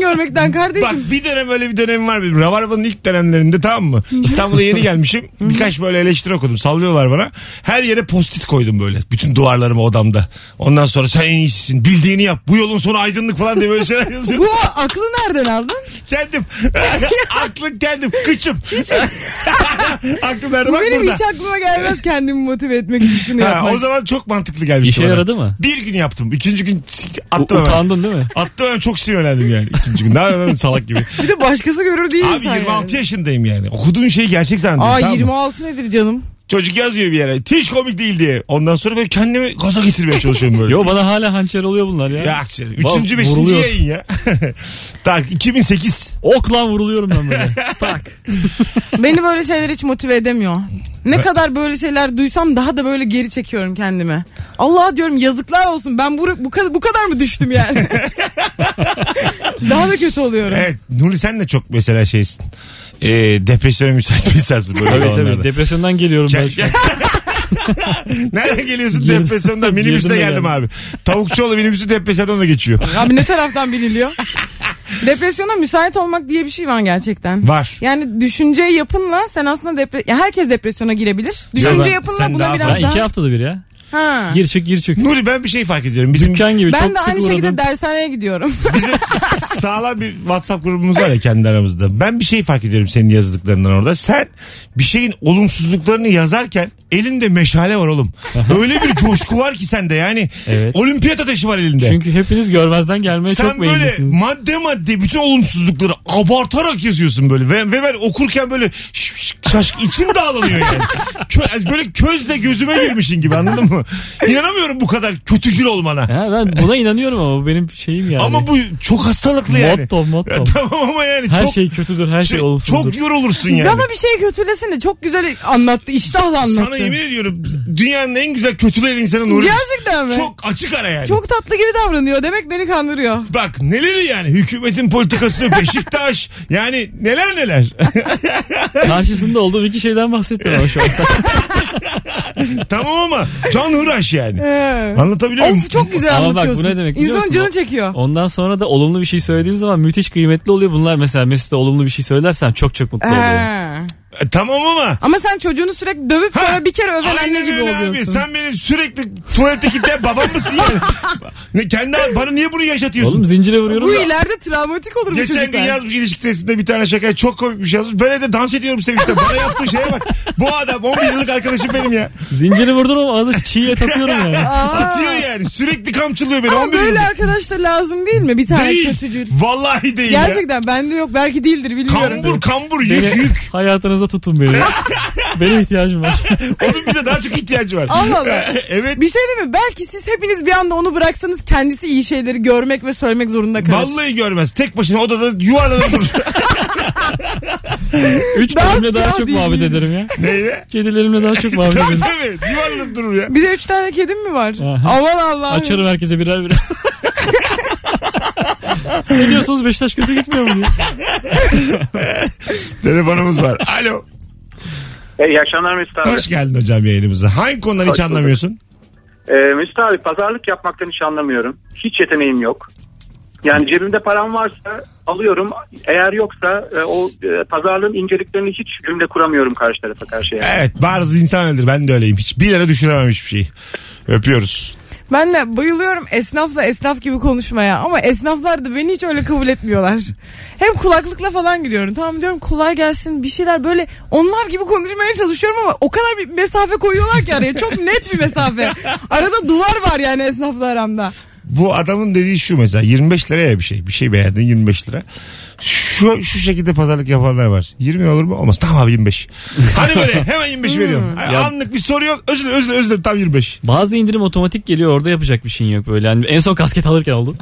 B: Bak
D: görmekten kardeşim?
B: bir dönem öyle bir dönem var benim. Rabarba'nın ilk dönemlerinde tamam mı? İstanbul'a yeni gelmişim. Birkaç böyle eleştiri okudum. Sallıyorlar bana. Her yere postit koydum böyle. Bütün duvarlarıma odamda. Ondan sonra sen en iyisisin. Bildiğini yap. Bu yolun sonu aydınlık falan diye böyle şeyler yazıyorum.
D: Bu aklı nereden aldın?
B: kendim. Aklım kendim. Kıçım. Aklım nerede
D: Bu
B: bak
D: benim
B: burada.
D: hiç aklıma gelmez kendimi motive etmek için şunu
B: Ha,
D: yapmak.
B: o zaman çok mantıklı gelmişti
C: İşe
B: bana.
C: yaradı mı?
B: Bir gün yaptım. İkinci gün sik- attım hemen.
C: Utandın değil mi?
B: Attım hemen çok sinirlendim yani ikinci gün. Ne yapayım salak gibi.
D: Bir de başkası görür değil
B: Abi
D: insan
B: 26
D: yani.
B: yaşındayım yani. Okuduğun şeyi gerçek zannediyorum.
D: Aa
B: tamam mı?
D: 26 nedir canım?
B: Çocuk yazıyor bir yere. Hiç komik değil diye. Ondan sonra böyle kendimi gaza getirmeye çalışıyorum böyle.
C: Yo bana hala hançer oluyor bunlar ya.
B: Ya akşam. Üçüncü,
C: Vav-
B: beşinci
C: vuruluyor.
B: yayın ya. tak 2008.
C: Okla vuruluyorum ben böyle. Stak.
D: Beni böyle şeyler hiç motive edemiyor. Ne kadar böyle şeyler duysam daha da böyle geri çekiyorum kendimi. Allah diyorum yazıklar olsun. Ben bu, bu, kadar, bu kadar mı düştüm yani? daha da kötü oluyorum.
B: Evet. Nuri sen de çok mesela şeysin. Ee, depresyona müsait bir insansın böyle
C: Evet
B: zamanlarda.
C: evet depresyondan geliyorum ben şu an.
B: Nereden geliyorsun
C: Gir-
B: depresyonda?
C: Girdim
B: Minibüste
C: de
B: geldim
C: geldim.
B: abi. Tavukçuoğlu minibüsü depresyondan da geçiyor.
D: Abi ne taraftan biliniyor? Depresyona müsait olmak diye bir şey var gerçekten.
B: Var.
D: Yani düşünce yapınla sen aslında depre ya herkes depresyona girebilir. Düşünce
C: ben-
D: yapınla
B: sen
D: buna
B: daha
D: biraz
C: Ben
D: daha.
C: iki haftada bir ya.
D: Ha.
C: Gir çık gir çık.
B: Nuri ben bir şey fark ediyorum. Bizim
C: Dükkan gibi
D: Ben
C: çok
D: de
C: sık
D: aynı
C: uğradım.
D: şekilde dershaneye gidiyorum.
B: bizim sağlam bir WhatsApp grubumuz var ya kendi aramızda. Ben bir şey fark ediyorum senin yazdıklarından orada. Sen bir şeyin olumsuzluklarını yazarken elinde meşale var oğlum. Öyle bir coşku var ki sende yani.
C: Evet.
B: Olimpiyat ateşi var elinde.
C: Çünkü hepiniz görmezden gelmeye çok
B: Sen böyle
C: meyillisiniz.
B: madde madde bütün olumsuzlukları abartarak yazıyorsun böyle. Ve, ve ben okurken böyle ş- ş- şaş içim dağılıyor yani. Kö- böyle közle gözüme girmişin gibi anladın mı? İnanamıyorum bu kadar kötücül olmana.
C: Ha, ben buna inanıyorum ama bu benim şeyim yani.
B: Ama bu çok hastalıklı yani.
C: Motto motto.
B: Ya tamam ama yani
C: Her
B: çok
C: şey kötüdür her şey
B: çok-
C: olumsuzdur.
B: çok yorulursun yani.
D: Bana bir şey kötülesene. Çok güzel anlattı. iştahla anlattı.
B: Sana yemin ediyorum dünyanın en güzel kötüleri insanı Nuri.
D: Gerçekten mi?
B: Çok açık ara yani.
D: Çok tatlı gibi davranıyor. Demek beni kandırıyor.
B: Bak neleri yani hükümetin politikası Beşiktaş yani neler neler.
C: Karşısında olduğum iki şeyden bahsettim ama şu an sen.
B: tamam ama can hıraş yani.
D: Ee.
B: Anlatabiliyor muyum?
D: Of çok güzel
C: Ama bak, bu
D: anlatıyorsun.
C: ne demek biliyor
D: İnsanın
C: musun?
D: canı çekiyor.
C: Ondan sonra da olumlu bir şey söylediğim zaman müthiş kıymetli oluyor. Bunlar mesela Mesut'a olumlu bir şey söylersem çok çok mutlu oluyorum.
D: Ee.
B: E, tamam ama.
D: Ama sen çocuğunu sürekli dövüp
B: Ha,
D: sonra bir kere öven anne
B: Aynen
D: gibi
B: öyle
D: oluyorsun.
B: abi. Sen benim sürekli tuvalete giden babam mısın yani? Ne, kendi, bana niye bunu yaşatıyorsun?
C: Oğlum zincire vuruyorum
D: Bu
C: da
D: ileride travmatik olur bu
B: Geçen gün
D: çocuklar.
B: yazmış ilişki testinde bir tane şaka çok komik bir şey yazmış. Ben evde dans ediyorum sevinçten. Bana yaptığı şeye bak. Bu adam 11 yıllık arkadaşım benim ya.
C: zincire vurdum ama arada çiğ et atıyorum yani.
B: Atıyor yani. Sürekli kamçılıyor beni
D: Ama
B: 11
D: böyle
B: yıllık.
D: arkadaş da lazım değil mi? Bir tane
B: Değil.
D: kötücül.
B: Vallahi değil ya.
D: Gerçekten bende yok. Belki değildir bilmiyorum.
B: Kambur kambur yük
C: Beni
B: yük.
C: hayatınıza tutun beni. Benim ihtiyacım var.
B: Onun bize daha çok ihtiyacı var.
D: Allah Allah.
B: evet.
D: Bir şey değil mi? Belki siz hepiniz bir anda onu bıraksanız kendisi iyi şeyleri görmek ve söylemek zorunda kalır.
B: Vallahi görmez. Tek başına odada yuvarlanır durur.
C: Üç
D: Daha
C: benimle daha
D: siyah
C: çok
D: değil.
C: muhabbet ederim ya.
B: Neyle?
C: Kedilerimle daha çok muhabbet
B: Tabii
C: ederim.
B: tabii. Yuvarlanıp durur ya.
D: Bir de üç tane kedim mi var?
C: Aha.
D: Aman Allah'ım.
C: Açarım herkese birer birer. ne diyorsunuz Beşiktaş kötü gitmiyor mu diye.
B: Telefonumuz var. Alo.
F: İyi E, akşamlar Mesut abi.
B: Hoş geldin hocam yayınımıza. Hangi konudan hiç
F: Hoş bulduk.
B: anlamıyorsun?
F: Ee, Mesut abi pazarlık yapmaktan hiç anlamıyorum. Hiç yeteneğim yok. Yani cebimde param varsa alıyorum. Eğer yoksa e, o e, pazarlığın inceliklerini hiç cümle kuramıyorum karşı tarafa karşı. Yani.
B: Evet bazı insan öyledir. Ben de öyleyim. Hiç bir yere düşünemem hiçbir şeyi. Öpüyoruz.
D: Ben de bayılıyorum esnafla esnaf gibi konuşmaya ama esnaflar da beni hiç öyle kabul etmiyorlar. Hep kulaklıkla falan giriyorum. Tamam diyorum kolay gelsin bir şeyler böyle onlar gibi konuşmaya çalışıyorum ama o kadar bir mesafe koyuyorlar ki araya. Çok net bir mesafe. Arada duvar var yani esnafla aramda.
B: Bu adamın dediği şu mesela 25 liraya bir şey. Bir şey beğendin 25 lira. Şu, şu şekilde pazarlık yapanlar var. 20 olur mu? Olmaz. Tamam abi 25. hani böyle hemen 25
D: Hmm.
B: veriyorum. Anlık bir soru yok. Özür dilerim özür dilerim, özür dilerim. Tam 25.
C: Bazı indirim otomatik geliyor orada yapacak bir şeyin yok böyle. Yani en son kasket alırken oldu.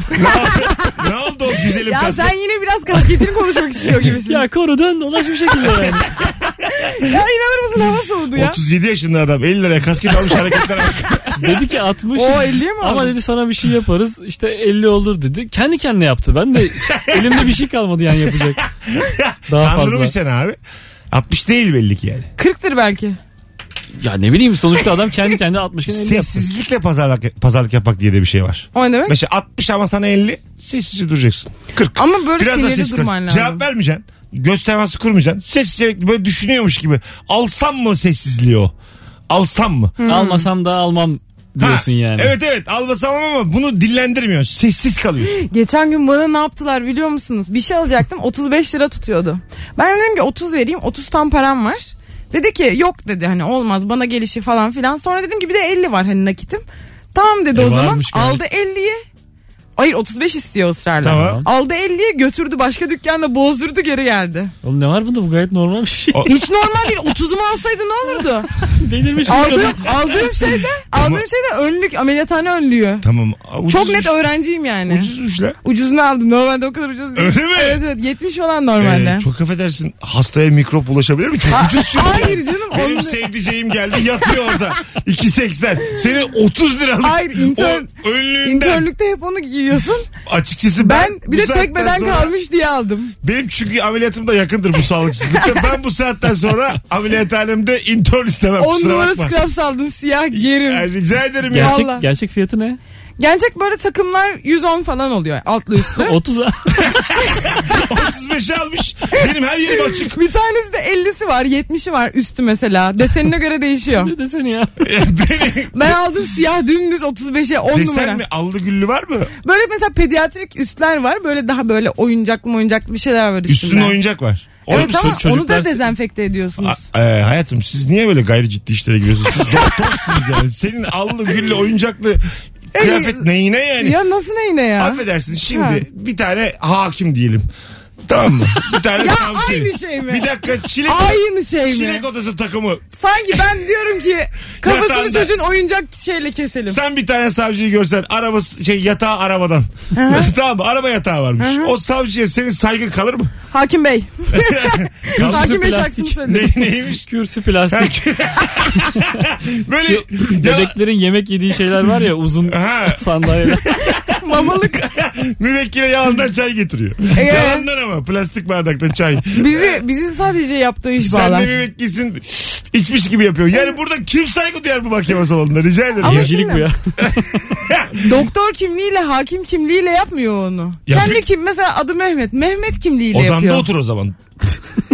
B: Ne oldu o güzelim
D: Ya
B: kız?
D: sen yine biraz kasketini konuşmak istiyor gibisin. ya,
C: ya koru dön dolaş bir şekilde yani.
D: inanır mısın hava soğudu ya.
B: 37 yaşında adam 50 liraya kasket almış hareketlere bak.
C: dedi ki 60.
D: O 50'ye mi
C: Ama
D: aldın?
C: dedi sana bir şey yaparız işte 50 olur dedi. Kendi kendine yaptı. Ben de elimde bir şey kalmadı yani yapacak. Daha fazla.
B: Kandırmış seni abi. 60 değil belli ki yani.
D: 40'tır belki.
C: Ya ne bileyim sonuçta adam kendi kendine 60 iken 50 yaptı.
B: Sessizlikle pazarlık, pazarlık yapmak diye de bir şey var.
D: O ne demek?
B: Mesela 60 ama sana 50 sessizce duracaksın. 40.
D: Ama böyle
B: da
D: sinirli
B: sessiz kal.
D: durman lazım.
B: Cevap vermeyeceksin. Göz teması kurmayacaksın. Sessizce bekle, böyle düşünüyormuş gibi. Alsam mı sessizliği o? Alsam mı?
C: Almasam da almam
B: Hmm. Ha,
C: diyorsun yani.
B: Evet evet almasam ama bunu dillendirmiyor. Sessiz kalıyor.
D: Geçen gün bana ne yaptılar biliyor musunuz? Bir şey alacaktım 35 lira tutuyordu. Ben dedim ki 30 vereyim 30 tam param var. Dedi ki yok dedi hani olmaz bana gelişi falan filan. Sonra dedim ki bir de 50 var hani nakitim. Tamam dedi
C: E,
D: o zaman
C: varmış gayet.
D: aldı 50'yi. Hayır 35 istiyor ısrarla.
B: Tamam.
D: Aldı 50'ye götürdü başka dükkanda bozdurdu geri geldi.
C: Oğlum ne var bunda bu gayet normal bir şey.
B: O-
D: Hiç normal değil 30'umu alsaydı ne olurdu?
C: Delirmiş bu kadın.
D: aldığım, aldığım şeyde aldığım şeyde önlük ameliyathane önlüğü.
B: Tamam. Ucuz,
D: Çok net öğrenciyim yani.
B: Ucuzmuş la.
D: Ucuzunu aldım. Normalde o kadar ucuz değil.
B: Öyle mi?
D: Evet evet 70 falan
B: Ee,
D: normalde.
B: çok affedersin hastaya mikrop ulaşabilir mi? Çok ucuz çünkü.
D: Hayır canım.
B: Benim
D: onu-
B: sevdiceğim geldi yatıyor orada. 2.80. Seni 30 liralık.
D: Hayır, intern-
B: o önlüğünden.
D: İnternlükte hep onu giyiyorsun.
B: Açıkçası ben,
D: Ben bir de
B: bu saatten
D: tek beden
B: sonra-
D: kalmış diye aldım.
B: Benim çünkü ameliyatım da yakındır bu sağlıksızlıkta. ben bu saatten sonra ameliyathanemde intern istemem.
D: 10
B: kusura
D: numara
B: bakma.
D: scrubs aldım siyah
B: Ay,
D: giyerim.
B: rica ederim ya.
D: Vallahi.
C: Gerçek, gerçek fiyatı ne?
D: Gerçek böyle takımlar 110 falan oluyor altlı üstlü.
C: 30
B: 35'e almış. Benim her yerim açık.
D: bir tanesi de 50'si var 70'i var üstü mesela. Desenine göre değişiyor.
C: ne desene ya.
B: Beni
D: Ben aldım siyah dümdüz 35'e 10 numara.
B: desen mi? Allı güllü var mı?
D: Böyle mesela pediatrik üstler var. Böyle daha böyle oyuncaklı oyuncaklı bir şeyler var üstünde.
B: Üstünde oyuncak var. Oğlum,
D: Evet ama
C: sırf çocuklar-
D: onu da dezenfekte ediyorsunuz.
B: A- e, hayatım siz niye böyle gayri ciddi işlere giriyorsunuz? Siz doktorsunuz yani. Senin allı güllü oyuncaklı kıyafet neyine yani?
D: Ya nasıl neyine ya?
B: Affedersin şimdi
D: Ha.
B: bir tane hakim diyelim. Tamam mı? Bir tane
D: Ya
B: savcı.
D: aynı şey mi?
B: Bir dakika çilek,
D: Aynı şey mi?
B: çilek odası takımı.
D: Sanki ben diyorum ki kafasını
B: Yatağında.
D: çocuğun oyuncak şeyle keselim.
B: Sen bir tane savcıyı görsen arabası şey yatağı arabadan. tamam mı? Araba yatağı varmış. O savcıya senin saygın kalır mı?
D: Hakim Bey. Hakim Bey şarkısını
C: plastik.
D: söyle.
B: Ne, neymiş?
C: Kürsü plastik.
B: Böyle ya-
C: Bebeklerin yemek yediği şeyler var ya uzun
B: Ha.
C: sandalyeler.
D: Mamalık.
B: müvekkile yalandan çay getiriyor.
D: Ee?
B: yalandan ama plastik bardakta çay.
D: Bizi bizi sadece yaptığı iş
B: Sen de
D: bağlar.
B: müvekkilsin içmiş gibi yapıyor. Yani burada kim saygı duyar bu mahkeme salonunda rica ederim.
D: Ama
C: Evcilik bu
D: şimdi-
C: ya.
D: Doktor kimliğiyle hakim kimliğiyle yapmıyor onu.
B: Yapıyor.
D: Kendi kim mesela adı Mehmet. Mehmet kimliğiyle
B: Odanda
D: yapıyor.
B: otur o zaman.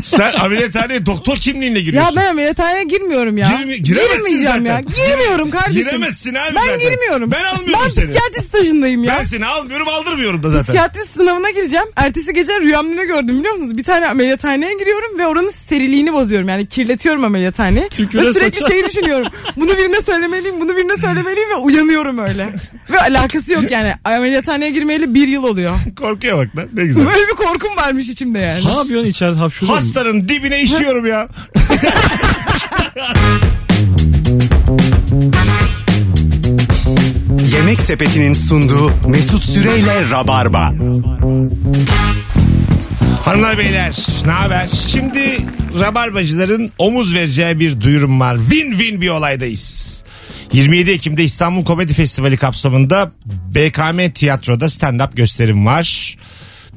B: Sen ameliyathaneye doktor kimliğinle
D: Ya
B: giriyorsun.
D: ben ameliyathaneye girmiyorum ya.
B: Girmi- giremezsin
D: Girmeyeceğim ya.
B: zaten.
D: Girmiyorum kardeşim.
B: Giremezsin abi
D: Ben
B: zaten.
D: girmiyorum.
B: Ben almıyorum
D: Ben
B: seni.
D: psikiyatri stajındayım ya.
B: Ben seni almıyorum aldırmıyorum da zaten.
D: Psikiyatri sınavına gireceğim. Ertesi gece rüyamda ne gördüm biliyor musunuz? Bir tane ameliyathaneye giriyorum ve oranın seriliğini bozuyorum. Yani kirletiyorum ameliyathaneyi.
C: Tüküre
D: ve sürekli
C: saça.
D: şeyi düşünüyorum. Bunu birine söylemeliyim, bunu birine söylemeliyim ve uyanıyorum öyle. Ve alakası yok yani. Ameliyathaneye girmeyeli bir yıl oluyor.
B: Korkuya bak lan ne güzel.
D: Böyle bir korkum varmış içimde yani.
C: ne yapıyorsun içeride hapşuruyor musun?
B: Hastanın dibine işiyorum ya.
A: Yemek Sepeti'nin sunduğu Mesut Süreyle Rabarba.
B: Hanımlar beyler ne haber? Şimdi rabarbacıların omuz vereceği bir duyurum var. Win win bir olaydayız. 27 Ekim'de İstanbul Komedi Festivali kapsamında BKM Tiyatro'da stand-up gösterim var.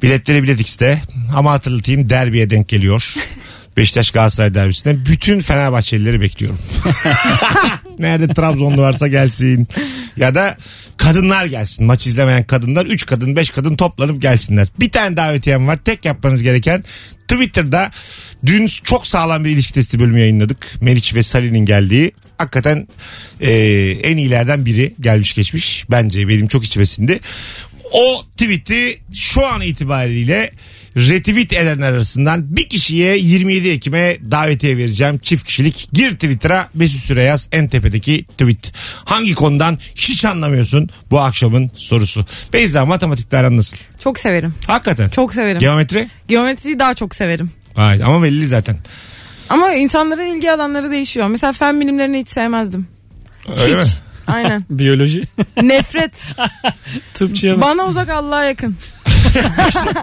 B: Biletleri Bilet X'te ama hatırlatayım derbiye denk geliyor. Beşiktaş Galatasaray derbisinde bütün Fenerbahçelileri bekliyorum. Nerede Trabzonlu varsa gelsin. Ya da kadınlar gelsin. Maç izlemeyen kadınlar 3 kadın 5 kadın toplanıp gelsinler. Bir tane davetiyem var. Tek yapmanız gereken Twitter'da dün çok sağlam bir ilişki testi bölümü yayınladık. Meriç ve Salih'in geldiği. Hakikaten e, en iyilerden biri gelmiş geçmiş. Bence benim çok içmesinde. O tweet'i şu an itibariyle retweet edenler arasından bir kişiye 27 Ekim'e davetiye vereceğim. Çift kişilik. Gir Twitter'a Mesut Süre yaz en tepedeki tweet. Hangi konudan hiç anlamıyorsun bu akşamın sorusu. Beyza matematikte aran nasıl?
D: Çok severim.
B: Hakikaten.
D: Çok severim.
B: Geometri?
D: Geometriyi daha çok severim.
B: Hayır ama belli zaten.
D: Ama insanların ilgi alanları değişiyor. Mesela fen bilimlerini hiç sevmezdim.
B: Öyle
D: hiç.
B: mi?
D: Aynen.
C: Biyoloji.
D: Nefret.
C: Tıpçıya mı?
D: Bana uzak Allah'a yakın.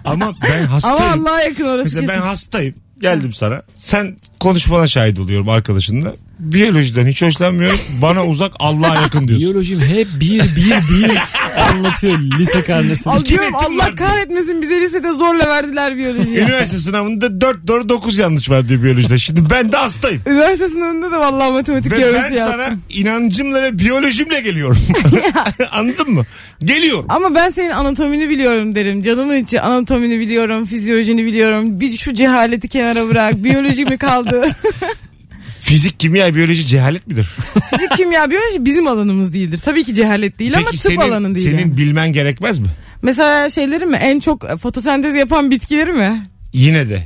B: Ama ben hastayım.
D: Ama Allah'a yakın orası
B: Şey- Mesela ben
D: kesin.
B: hastayım. Geldim sana. Sen konuşmana şahit oluyorum arkadaşınla. Biyolojiden hiç hoşlanmıyorum. Bana uzak Allah'a yakın diyorsun.
C: Biyolojim hep bir bir bir anlatıyor lise karnesini.
D: Al diyorum
B: Kinetim
D: Allah
B: vardı.
D: kahretmesin bize lisede zorla verdiler biyolojiyi.
B: Üniversite sınavında 4 doğru 9 yanlış var diyor biyolojide. Şimdi ben de hastayım.
D: Üniversite sınavında da vallahi matematik
B: Ve
D: geometri
B: ben
D: yaptım.
B: sana inancımla ve biyolojimle geliyorum. Anladın mı? Geliyorum.
D: Ama ben senin anatomini biliyorum derim. Canımın içi anatomini biliyorum, fizyolojini biliyorum. Bir şu cehaleti kenara bırak. Biyoloji mi kaldı?
B: Fizik, kimya, biyoloji cehalet midir?
D: Fizik, kimya, biyoloji bizim alanımız değildir. Tabii ki cehalet değil ama tıp
B: senin,
D: alanı değil.
B: senin
D: yani.
B: bilmen gerekmez mi?
D: Mesela şeyleri mi? En çok fotosentez yapan bitkileri mi?
B: Yine de.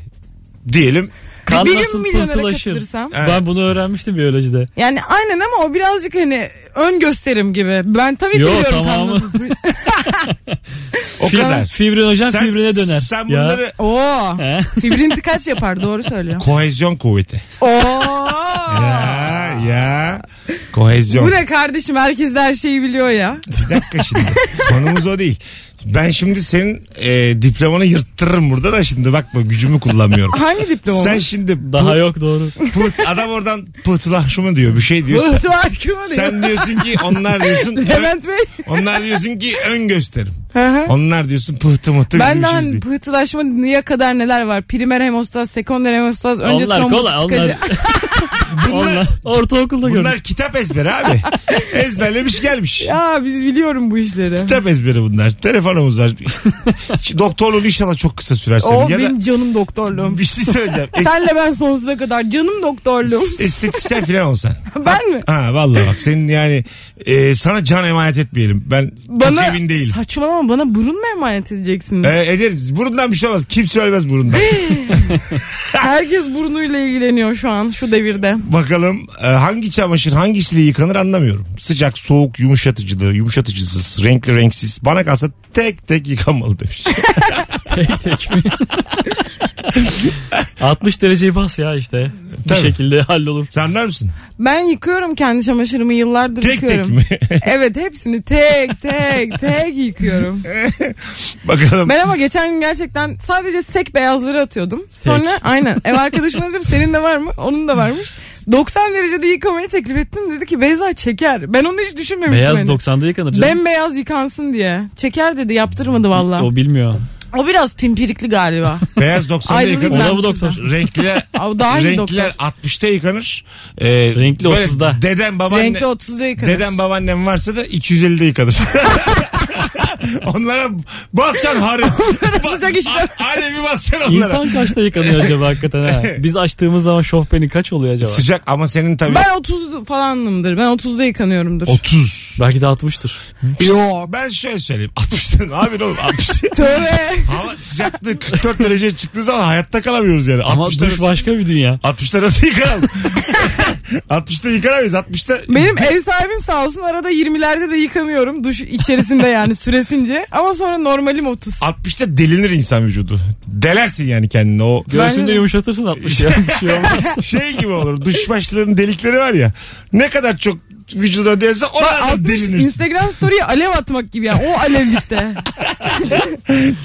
B: Diyelim
C: Kan
D: bir gün
C: nasıl
D: milyonera
C: pıhtılaşır?
D: katılırsam.
C: Ben bunu öğrenmiştim biyolojide.
D: Yani aynen ama o birazcık hani ön gösterim gibi. Ben tabii ki
C: Yo,
D: biliyorum
C: tamamı.
D: kan nasıl-
B: O kadar.
C: Fibrinojen fibrine döner.
B: Sen
C: Ya.
B: bunları
D: Oo.
C: He?
D: Fibrinti kaç yapar doğru söylüyor.
B: kohezyon kuvveti.
D: Oo.
B: Ya ya kohezyon.
D: Bu ne kardeşim herkes de her şeyi biliyor ya.
B: Bir dakika şimdi. Konumuz o değil. Ben şimdi senin e, diplomanı yırttırırım burada da şimdi bakma gücümü kullanmıyorum.
D: Hangi diploma?
B: Sen şey
D: Sen
B: şimdi
C: Daha
B: pıh-
C: yok doğru.
B: pıh- adam oradan pıhtılahşımı diyor bir şey diyor. Sen- Sen diyorsun ki onlar diyorsun ö-
D: Levent Bey.
B: onlar diyorsun ki ön gösterim.
D: Hı hı.
B: Onlar diyorsun pıhtı mıhtı
D: ben
B: bizim
D: de
B: işimiz
D: hani
B: değil.
D: pıhtılaşma niye kadar neler var. Primer hemostaz, sekonder hemostaz, önce
C: onlar
D: trombos
C: kolay. Onlar,
D: tıkacı.
B: Bunlar,
C: onlar ortaokulda
B: bunlar
C: gördüm.
B: kitap ezberi abi. Ezberlemiş gelmiş.
D: Ya biz biliyorum bu işleri.
B: Kitap ezberi bunlar. Telefonumuz var. Doktorluğun inşallah çok kısa sürer senin.
D: O
B: ya da
D: benim canım doktorluğum.
B: bir şey söyleyeceğim. Es-
D: Senle ben sonsuza kadar canım doktorluğum.
B: estetisyen falan olsan.
D: ben mi?
B: Ha vallahi bak senin yani e, sana can emanet etmeyelim. Ben
D: Bana
B: çok emin değilim.
D: saçmalama bana burun mu emanet edeceksiniz?
B: E, ederiz. Burundan bir şey olmaz. Kimse ölmez burundan.
D: Herkes burnuyla ilgileniyor şu an şu devirde.
B: Bakalım e, hangi çamaşır hangisiyle yıkanır anlamıyorum. Sıcak, soğuk, yumuşatıcılı, yumuşatıcısız, renkli, renksiz. Bana kalsa tek tek yıkanmalı demiş.
C: Tek tek mi? 60 dereceyi bas ya işte.
B: Tabii.
C: Bir şekilde hallolur.
B: Sen anlar mısın?
D: Ben yıkıyorum kendi çamaşırımı yıllardır
B: Tek tek
D: yıkıyorum.
B: mi?
D: Evet hepsini tek tek tek yıkıyorum.
B: Bakalım.
D: Ben ama geçen gün gerçekten sadece sek beyazları atıyordum.
C: Sek.
D: Sonra aynen ev arkadaşıma dedim senin de var mı? Onun da varmış. 90 derecede yıkamayı teklif ettim. Dedi ki Beyza çeker. Ben onu hiç düşünmemiştim.
C: Beyaz
D: hani.
C: 90'da yıkanır canım.
D: Bembeyaz yıkansın diye. Çeker dedi yaptırmadı valla. O,
C: O bilmiyor.
D: biraz pimpirikli galiba.
B: Beyaz 90'da
D: Ayrılık
C: O
B: yıkanır.
D: ben-
C: da bu doktor.
B: Renkliler,
D: Abi daha iyi
B: renkliler 60'ta yıkanır. Ee,
C: Renkli
B: böyle
C: 30'da.
B: Deden babaanne,
D: Renkli 30'da yıkanır.
B: deden babaannem varsa da 250'de yıkanır. onlara basacaksın harı.
D: Sıcak işler.
B: A- Alevi basacaksın onlara.
C: İnsan kaçta yıkanıyor acaba hakikaten ha? Biz açtığımız zaman şofbeni kaç oluyor acaba?
B: Sıcak ama senin tabii
D: Ben 30 falanımdır. Ben 30'da yıkanıyorumdur.
B: 30.
C: Belki de 60'tır.
B: Yok. Ben şöyle söyleyeyim. 60'tan abi ne oğlum 60.
D: Tövbe.
B: Hava sıcaklığı 44 dereceye çıktığı zaman hayatta kalamıyoruz yani.
C: Ama
B: 60'ta
C: duş
B: nasıl,
C: başka bir dünya.
B: 60'ta nasıl yıkanalım? 60'ta yıkanamayız. 60'ta
D: Benim ev sahibim sağ olsun arada 20'lerde de yıkanıyorum. Duş içerisinde yani süresince. Ama sonra normalim 30.
B: 60'ta delinir insan vücudu. Delersin yani kendini o.
C: Göğsünü
D: Ben-
C: de yumuşatırsın 60 ya. Bir şey olmaz.
B: Şey gibi olur. Duş başlarının delikleri var ya. Ne kadar çok vücuda delirse o kadar
D: 60
B: delinirsin.
D: Instagram story'e alev atmak gibi yani. O alevlikte.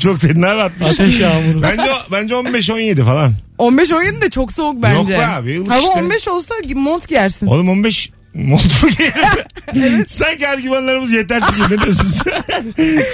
B: Çok dedin abi 60.
C: Ateş yağmuru.
B: Bence, o- bence 15-17 falan.
D: 15 17 de çok soğuk bence.
B: Yok be abi, ılık
D: Hava
B: işte.
D: 15 olsa mont giyersin.
B: Oğlum 15 Mont mu giyerdi? Sanki argümanlarımız yetersiz ne diyorsunuz?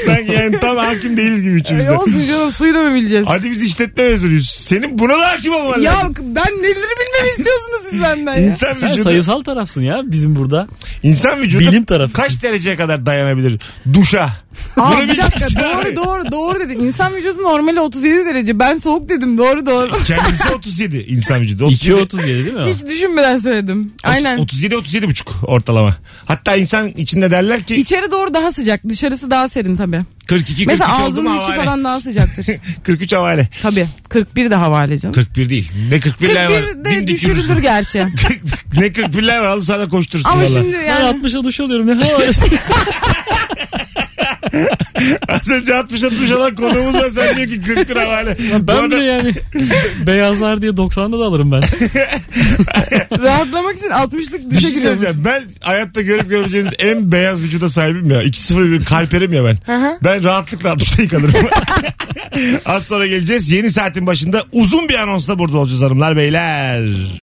B: Sanki yani tam hakim değiliz gibi
D: E,
B: üçümüzde.
D: olsun canım suyu da mı bileceğiz?
B: Hadi biz işletme mezunuyuz. Senin buna da hakim olman
D: Ya
B: lazım.
D: ben neleri bilmemi istiyorsunuz siz benden ya?
B: İnsan
C: Sen
B: vücudu,
C: sayısal tarafsın ya bizim burada.
B: insan vücudu
C: Bilim tarafısın.
B: kaç dereceye kadar dayanabilir? Duşa.
D: Aa,
B: Bunu
D: bir dakika
B: bilmiyorsun abi.
D: doğru doğru doğru dedin. İnsan vücudu normali 37 derece. Ben soğuk dedim doğru doğru.
B: Kendisi 37 insan vücudu.
C: 2'ye 37 değil mi? o?
D: Hiç düşünmeden söyledim. Aynen.
B: 37 37 buçuk ortalama. Hatta insan içinde derler ki
D: İçeri doğru daha sıcak. Dışarısı daha serin tabii.
B: 42 43
D: Mesela
B: oldu mu
D: ağzının içi
B: havale.
D: falan daha sıcaktır.
B: 43 havale.
D: tabii. 41 de havale canım.
B: 41 değil. Ne 41'ler var.
D: 41 de
B: Dimdik
D: düşürülür
B: yürürsün.
D: gerçi.
B: ne 41'ler var. Al sana koştursun
D: Ama
B: valla.
D: şimdi yani
C: Ben 60'a duş alıyorum ne havalesi.
B: Az önce 60'a duş alan konuğumuz var. Sen diyor ki 40 lira havale. Bu
C: ben
B: adam-
C: bile yani beyazlar diye 90'da da alırım ben.
D: rahatlamak için 60'lık
B: Bir
D: düşe
B: şey
D: giriyorum.
B: söyleyeceğim. Ben hayatta görüp görmeyeceğiniz en beyaz vücuda sahibim ya. 2-0 bir kalperim ya ben.
D: hı.
B: ben rahatlıkla 60'ta yıkanırım. Az sonra geleceğiz. Yeni saatin başında uzun bir anonsla burada olacağız hanımlar beyler.